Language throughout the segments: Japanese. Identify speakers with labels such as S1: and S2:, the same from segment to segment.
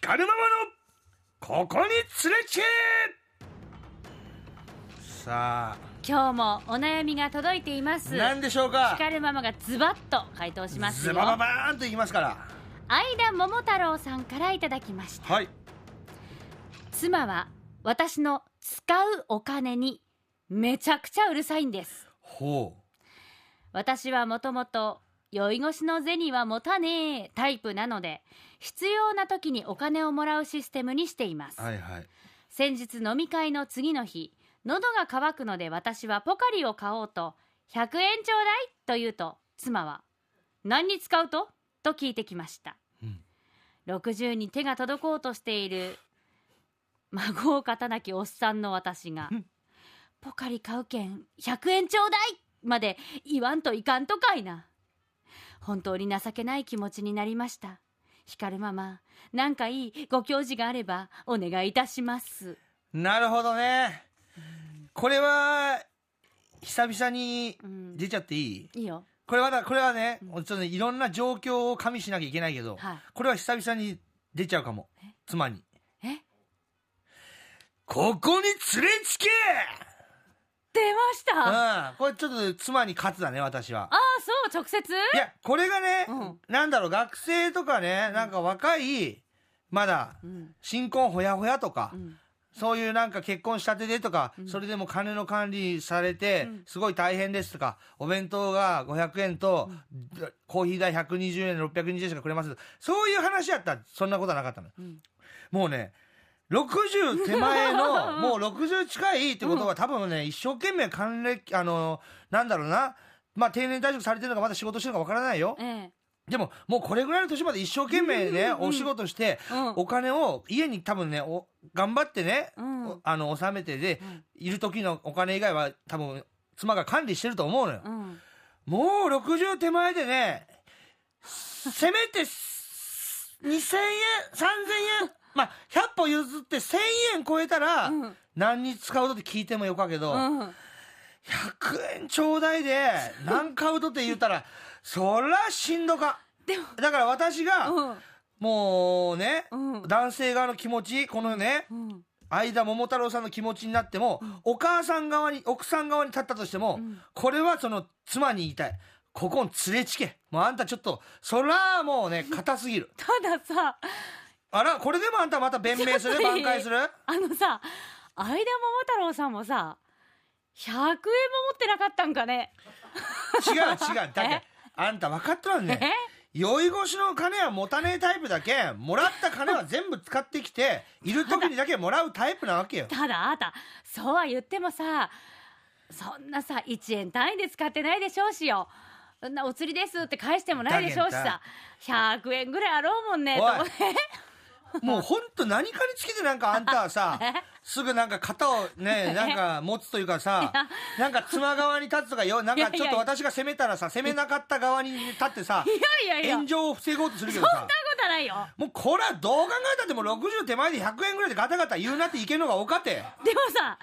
S1: カルママのここに連れちえさ
S2: 今日もお悩みが届いていま
S1: あ
S2: す
S1: 何でしょうか
S2: 光るママがズバッと回答します
S1: ズ
S2: よ
S1: バババーンといきますから
S2: 相田桃太郎さんからいただきました
S1: はい
S2: 妻は私の使うお金にめちゃくちゃうるさいんです
S1: ほ
S2: 私はもともと酔い越しの銭は持たねえタイプなので必要な時にお金をもらうシステムにしています、
S1: うはいはい
S2: 先日飲み会の次の日喉が渇くので私はポカリを買おうと100円ちょうだいと言うと妻は何に使うとと聞いてきました、
S1: うん
S2: 60に手が届こうとしている孫を肩なきおっさんの私が
S1: うん
S2: 「ポカリ買うけん100円ちょうだい!」まで言わんといかんとかいな本当に情けない気持ちになりました光ママなんかいいご教示があればお願いいたします
S1: なるほどねこれは久々に
S2: うん
S1: 出ちゃっていい
S2: いいよ
S1: これはだこれはね、ちょっとねいろんな状況を加味しなきゃいけないけど、
S2: はい
S1: これは久々に出ちゃうかも
S2: え
S1: 妻に
S2: え
S1: ここに連れつけ
S2: 出ましたあ
S1: うんこれちょっと妻に勝つだね私は
S2: あそう直接
S1: いやこれがね、
S2: うん
S1: なんだろう学生とかねなんか若いまだ
S2: うん
S1: 新婚ほやほやとか、
S2: うん
S1: そういうなんか結婚したてでとか、
S2: うん
S1: それでも金の管理されて
S2: うん、
S1: すごい大変ですとか、お弁当が500円と、コーヒー代120円、620円しかくれます。そういう話やったら、そんなことはなかったのよ。
S2: うん
S1: もうね、60手前 の、もう60近いってことは多分ね、一生懸命還暦、あの、なんだろうな、まあ定年退職されてるのかまだ仕事してるのかわからないよ。
S2: ええ
S1: でも、もうこれぐらいの年まで一生懸命ね、
S2: うん
S1: お仕事して、
S2: うん
S1: お金を家に多分ねお頑張ってね、
S2: うん
S1: おあの納めてで、
S2: うん
S1: いる時のお金以外は多分妻が管理してると思うのよ、
S2: うん
S1: もう60手前でねせめてす2000円3000円まあ100歩譲って1000円超えたら、
S2: うん
S1: 何に使うとって聞いてもよかけど、
S2: うん
S1: 100円ちょうだいで何買うとって言った らそらしんどか
S2: でも
S1: だから私が、
S2: うん
S1: もうね、
S2: うん
S1: 男性側の気持ちこのね
S2: うん
S1: 相田桃太郎さんの気持ちになっても、お母さん側に奥さん側に立ったとしても、
S2: うん
S1: これはその妻に言いたいここに連れちけもうあんたちょっとそらもうね硬すぎる
S2: たださ
S1: あらこれでもあんたまた弁明する
S2: ちょっとい
S1: 挽
S2: い
S1: 回する
S2: あのさ相田桃太郎さんもさ100円も持ってなかったんかね
S1: 違う違うだけ
S2: え
S1: あんた分かっとるんね酔い越しの金は持たねえタイプだけんもらった金は全部使ってきている時にだけもらうタイプなわけよ
S2: ただあなたそうは言ってもさそんなさ1円単位で使ってないでしょうしよそんなお釣りですって返してもないでしょうしさ100円ぐらいあろうもんねと
S1: おい
S2: 思って
S1: もうほんと何かにつけてなんかあんたはさ
S2: え、
S1: すぐなんか肩を ね、なんか持つというかさ、なんか妻側に立つとかよ、なんかちょっと私が責めたらさ、責めなかった側に立ってさ、
S2: いやいやいや
S1: 炎上を防ごうとするけどさ
S2: そんな、ことないよ
S1: もうこれはどう考えたってもう60手前で100円ぐらいでガタガタ言うなっていけんのがおかて。
S2: でもさ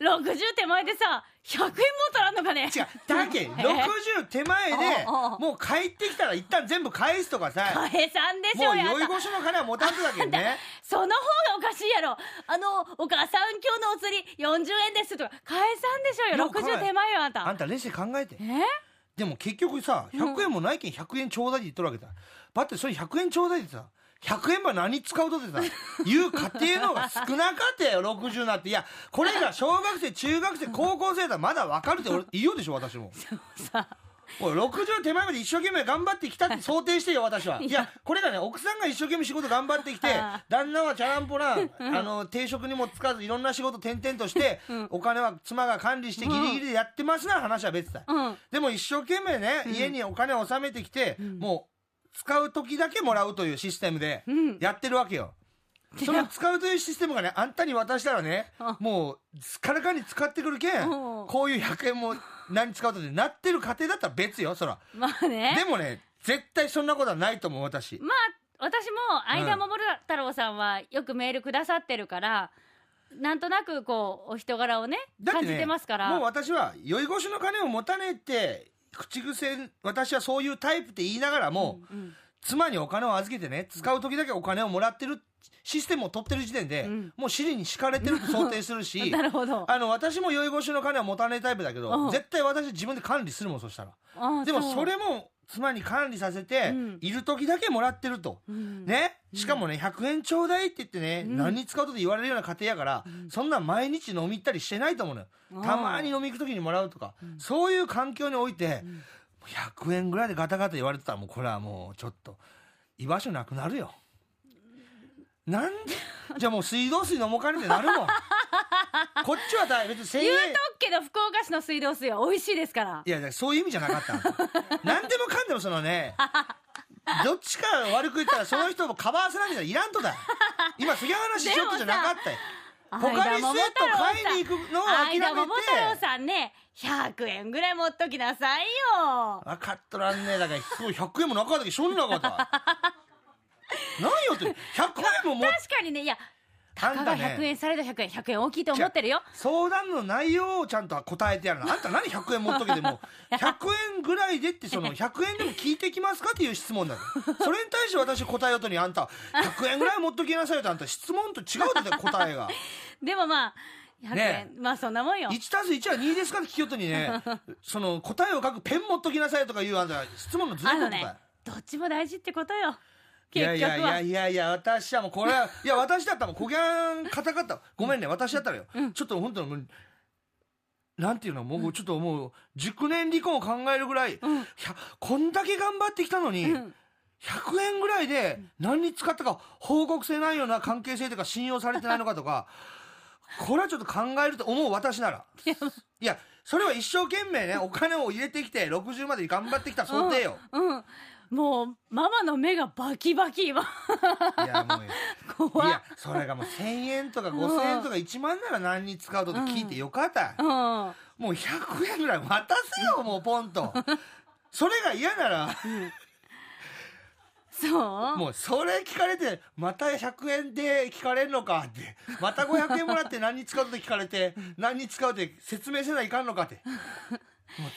S2: 60手前でさ100円も取らんのかね
S1: 違う、だけ
S2: え
S1: 60手前で
S2: おうお、う
S1: もう帰ってきたら一旦全部返すとかさ、
S2: えさんでし
S1: も
S2: ょ
S1: う
S2: やだ
S1: 酔い越しの金は持たんとだ けどね。
S2: その方がおかしいやろあのお母さん今日のお釣り40円ですとか返さんでしょう
S1: も
S2: よ
S1: う
S2: 60手前よあんた
S1: あんた冷静に考えて
S2: え。
S1: でも結局さ100円もないけん100円ちょうだいって言っとるわけだだってそれ100円ちょうだいってさ100円ば何に使うとってさ 言う家庭の方が少なかったよ60なっていやこれが小学生中学生高校生だまだ分かるって 俺言おうでしょ私も
S2: さ
S1: おい60手前まで一生懸命頑張ってきたって想定してよ私はい
S2: や
S1: いやこれがね奥さんが一生懸命仕事頑張ってきて
S2: は
S1: 旦那はチャランポランあの定職にもつかずいろんな仕事転々としてお金は妻が管理してギリギリでやってますな話は別だ
S2: うん
S1: でも一生懸命ね、家にお金を納めてきて、もう使う時だけもらうというシステムで
S2: うん
S1: やってるわけ よ。その使うというシステムがね、あんたに渡したらね
S2: うん、
S1: もう、すからかに使ってくるけん、
S2: うん
S1: こういう100円も何使うとってなってる家庭だったら別よ、そら。
S2: まあね
S1: でもね、絶対そんなことはないと思う、私。
S2: まあ私も相田守太郎さんはよくメールくださってるから、なんとなくこうお人柄をね
S1: だって
S2: 感
S1: ね
S2: じてますから
S1: もう私は、酔い越しの金を持たねえって、口癖、私はそういうタイプって言いながらも、
S2: うん
S1: 妻にお金を預けてね、使う時だけお金をもらってるシステムを取ってる時点で、
S2: うん
S1: もう尻に敷かれてると想定するし
S2: なるほど
S1: あの私も酔い越しの金は持たないタイプだけ
S2: う
S1: ど
S2: ん
S1: 絶対私自分で管理するもんそしたら
S2: あ
S1: でも
S2: う
S1: それも妻に管理させて、
S2: うん
S1: いる時だけもらってると。
S2: うん
S1: ね、しかもね、100円ちょうだいって言ってね、
S2: うん
S1: 何に使うとって言われるような家庭やから、
S2: うん
S1: そんな毎日飲み行ったりしてないと思うのよ。
S2: うん
S1: たまに飲み行く時にもらうとか、
S2: ん
S1: そういう環境において、
S2: ん
S1: 100円ぐらいでガタガタ言われてたらもうこれはもうちょっと居場所なくなるよなんでじゃあもう水道水飲もうかねってなる もんこっちはだ別に1000円
S2: 言うとくけど福岡市の水道水は美味しいですから
S1: いやいやそういう意味じゃなかった 何でもかんでもそのねどっちか悪く言ったらその人もカバーせなきゃいらんとだよ今杉原市ショットじゃなかったよポカリスエット買いに行くのを諦め
S2: 間桃太郎
S1: て
S2: さんね100円ぐらい持っときなさいよ
S1: 分かっとらんねえだからそう100円もなかったけどしょんなかった何よって100円も持っ
S2: 確かにねいや
S1: あ
S2: た
S1: んた
S2: かが
S1: ね
S2: 100円されど100円100円大きいと思ってるよ
S1: 相談の内容をちゃんと答えてやるのあんた何100円持っとけて も100円ぐらいでってその100円でも聞いてきますかっていう質問だよそれに対して私答えようとにあんた100円ぐらい持っときなさいよとあんた質問と違うって答 えが
S2: でもまあ100円、
S1: ね
S2: まあそんなもんよ
S1: 1たす1は2ですかって聞きようとにねその答えを書くペン持っときなさいとかいうあんた質問のずれ
S2: あ
S1: た答
S2: の
S1: え、
S2: ねどっちも大事ってことよ
S1: い
S2: 結局
S1: や
S2: は
S1: やい
S2: い
S1: やいやいや、私はもうこれ は、いや、私だったらもう、こぎゃん、カタカタ。ごめんね、私だったらよ。ちょっと本当にもう、なんていうの、もうちょっともう、熟年離婚を考えるぐらい、
S2: ん
S1: いやこんだけ頑張ってきたのに、
S2: うん
S1: 100円ぐらいで何に使ったか報告せないような関係性とか信用されてないのかとか、これはちょっと考えると思う私なら。いや、それは一生懸命ね、お金を入れてきて、60まで頑張ってきた想定よ。
S2: うんもうママの目がバキバキ今
S1: いや、もう。
S2: 怖
S1: い
S2: い
S1: やそれがもう1000円とか5000円とか1万なら何に使うとって聞いてよかった、
S2: うん
S1: もう100円ぐらい渡せよもうポンとそれが嫌なら
S2: そう
S1: もうそれ聞かれてまた100円で聞かれんのかってまた500円もらって何に使うとって聞かれて何に使うって説明せないかんのかってもう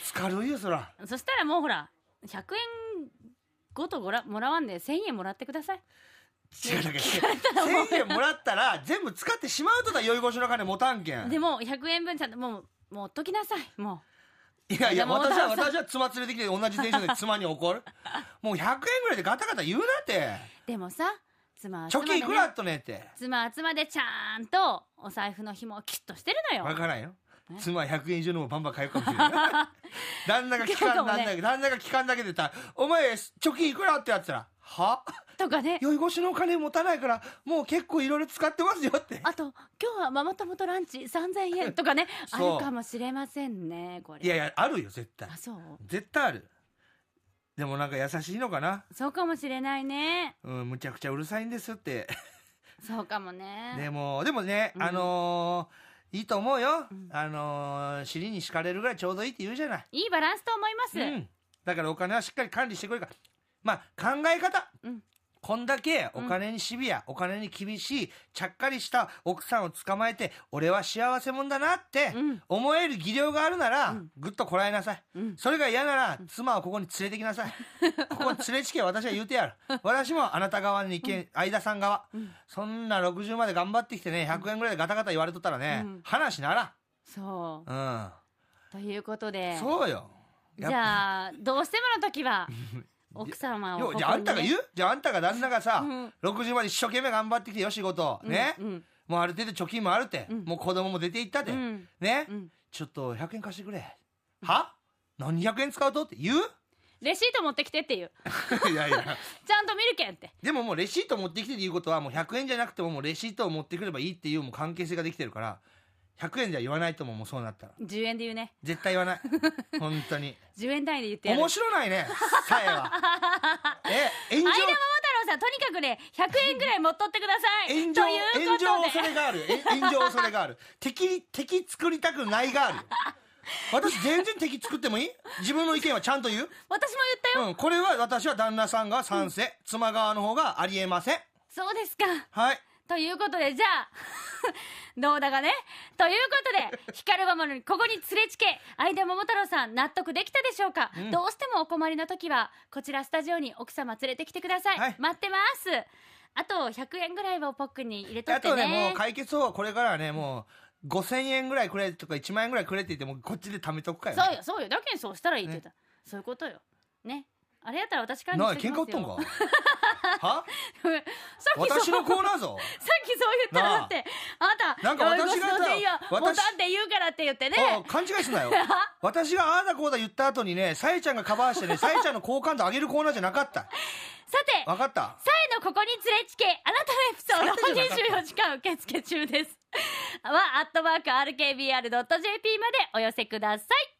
S1: 疲れるよそら
S2: そしたらもうほら100円ごとごらもらわんで1000円もらってください
S1: 違うだけ1000円もらったら全部使ってしまうとだ酔い越しの金持たんけん
S2: でも100円分ちゃんともう持っときなさいも
S1: いやいや、
S2: 山本
S1: 私
S2: さ
S1: は、
S2: ん
S1: 私は妻連れてきて同じテンションで妻に怒 る。もう100円ぐらいでガタガタ言うなって。
S2: うでもさ妻は
S1: 貯
S2: 妻で、
S1: 金い
S2: ね、
S1: くらあっとねって。
S2: 妻は妻でちゃんとお財布の紐をキュッとしてるのよ
S1: わからんよ
S2: ね。
S1: 妻は100円以上のもバンバン買えるかもしれ ない。旦那が期間、
S2: そうかも
S1: 旦
S2: ね
S1: 那が、旦那が期間だけでたら、お前、貯金いくらってやったら、 は
S2: とかね
S1: 酔い越しのお金持たないから、もう結構いろいろ使ってますよって。
S2: あと今日はママ友とランチ3000円とかねあ
S1: そう
S2: るかもしれませんねこれ
S1: いやいや、あるよ、絶対
S2: あ。そう
S1: 絶対ある。でもなんか優しいのかな。
S2: そうかもしれないね
S1: うん、むちゃくちゃうるさいんですって。
S2: そうかもね
S1: でも、でもね、
S2: うん
S1: あのーいいと思うよ。
S2: ん
S1: あのー尻に敷かれるぐらいちょうどいいって言うじゃない。
S2: いいバランスと思います、
S1: うん。だからお金はしっかり管理してくれるから。まあ、考え方。
S2: うん
S1: こんだけお金にシビア、お金に厳しい、ちゃっかりした奥さんを捕まえて、俺は幸せ者だなって
S2: うん
S1: 思える技量があるなら、ぐっとこらえなさい。
S2: うん
S1: それが嫌なら、妻をここに連れてきな さい。ここに連れてきけ私は言うてやる。私もあなた側に意見、相田さん側。そんな60まで頑張ってきてね、100円ぐらいでガタガタ言われとったらね、
S2: うん
S1: 話なら。
S2: そうんということ
S1: う
S2: で
S1: ん。そうよ。
S2: じゃあどうしてもの 時は奥様を
S1: よ
S2: ここに
S1: じ
S2: ね
S1: ゃああんたが言うじゃああんたが旦那がさ、
S2: うん
S1: 60まで一生懸命頑張ってきてよ仕事、ね、
S2: うんうん
S1: もうある程度貯金もあるって、
S2: うん
S1: もう子供も出て行ったって、
S2: うん
S1: ね、
S2: うん
S1: ちょっと100円貸してくれ、は何100円使うとって言う
S2: レシート持ってきてっていう
S1: いやいや
S2: ちゃんと見るけんって
S1: でももうレシート持ってきてっていうことはもう100円じゃなくてももうレシートを持ってくればいいっていうもう関係性ができてるから100円じゃ言わないと思うもうそうなったら
S2: 10円で言うね
S1: 絶対言わ ない本当に
S2: 10円単位で言ってやる
S1: 面白ないねさえ はえ炎上
S2: 相田桃太郎さんとにかくね100円ぐらい持っとってください
S1: 炎
S2: と
S1: 上
S2: いうことで
S1: 炎上恐れがあるえ炎上恐れがある敵敵作りたくないがある私全然敵作ってもいい自分の意見はちゃんと言う
S2: 私も言ったよ、
S1: うんこれは私は旦那さんが賛成、妻側の方がありえません
S2: そうですか
S1: はい
S2: ということでじゃあ どうだかねということで光る魔物にここに連れちけ相田桃太郎さん納得できたでしょうか、
S1: うん
S2: どうしてもお困りの時はこちらスタジオに奥様連れてきてください、
S1: はい
S2: 待ってますあと100円ぐらいはポックに入れとっ
S1: あ
S2: て
S1: と
S2: ね
S1: ね、もう解決法はこれからはね、もう、5000円ぐらいくれとか1万円ぐらいくれって言って、もうこっちで貯めとくから、ね。
S2: そうよそうよだけんそうしたらいいって言った、そういうことよねあれやったら私からに
S1: なあ、
S2: して
S1: 喧
S2: き
S1: 嘩売
S2: ま
S1: っ
S2: す
S1: と
S2: よ
S1: んかは
S2: さっきそう
S1: 私のコーナーぞ。
S2: さっきそう言ったらだってあなた
S1: なんか私がさ
S2: ごちそうでいいよ
S1: 私
S2: ボタンって言うからって言ってね
S1: あ勘違いすんな よ。私がああだこうだ言った後にね、さえちゃんがカバーしてね、さえちゃんの好感度上げるコーナーじゃなかった。
S2: さて
S1: わかった。
S2: さえのここに連れちけあなたのエピソードを24時間受付中ですはアットマーク RKBR.jp までお寄せください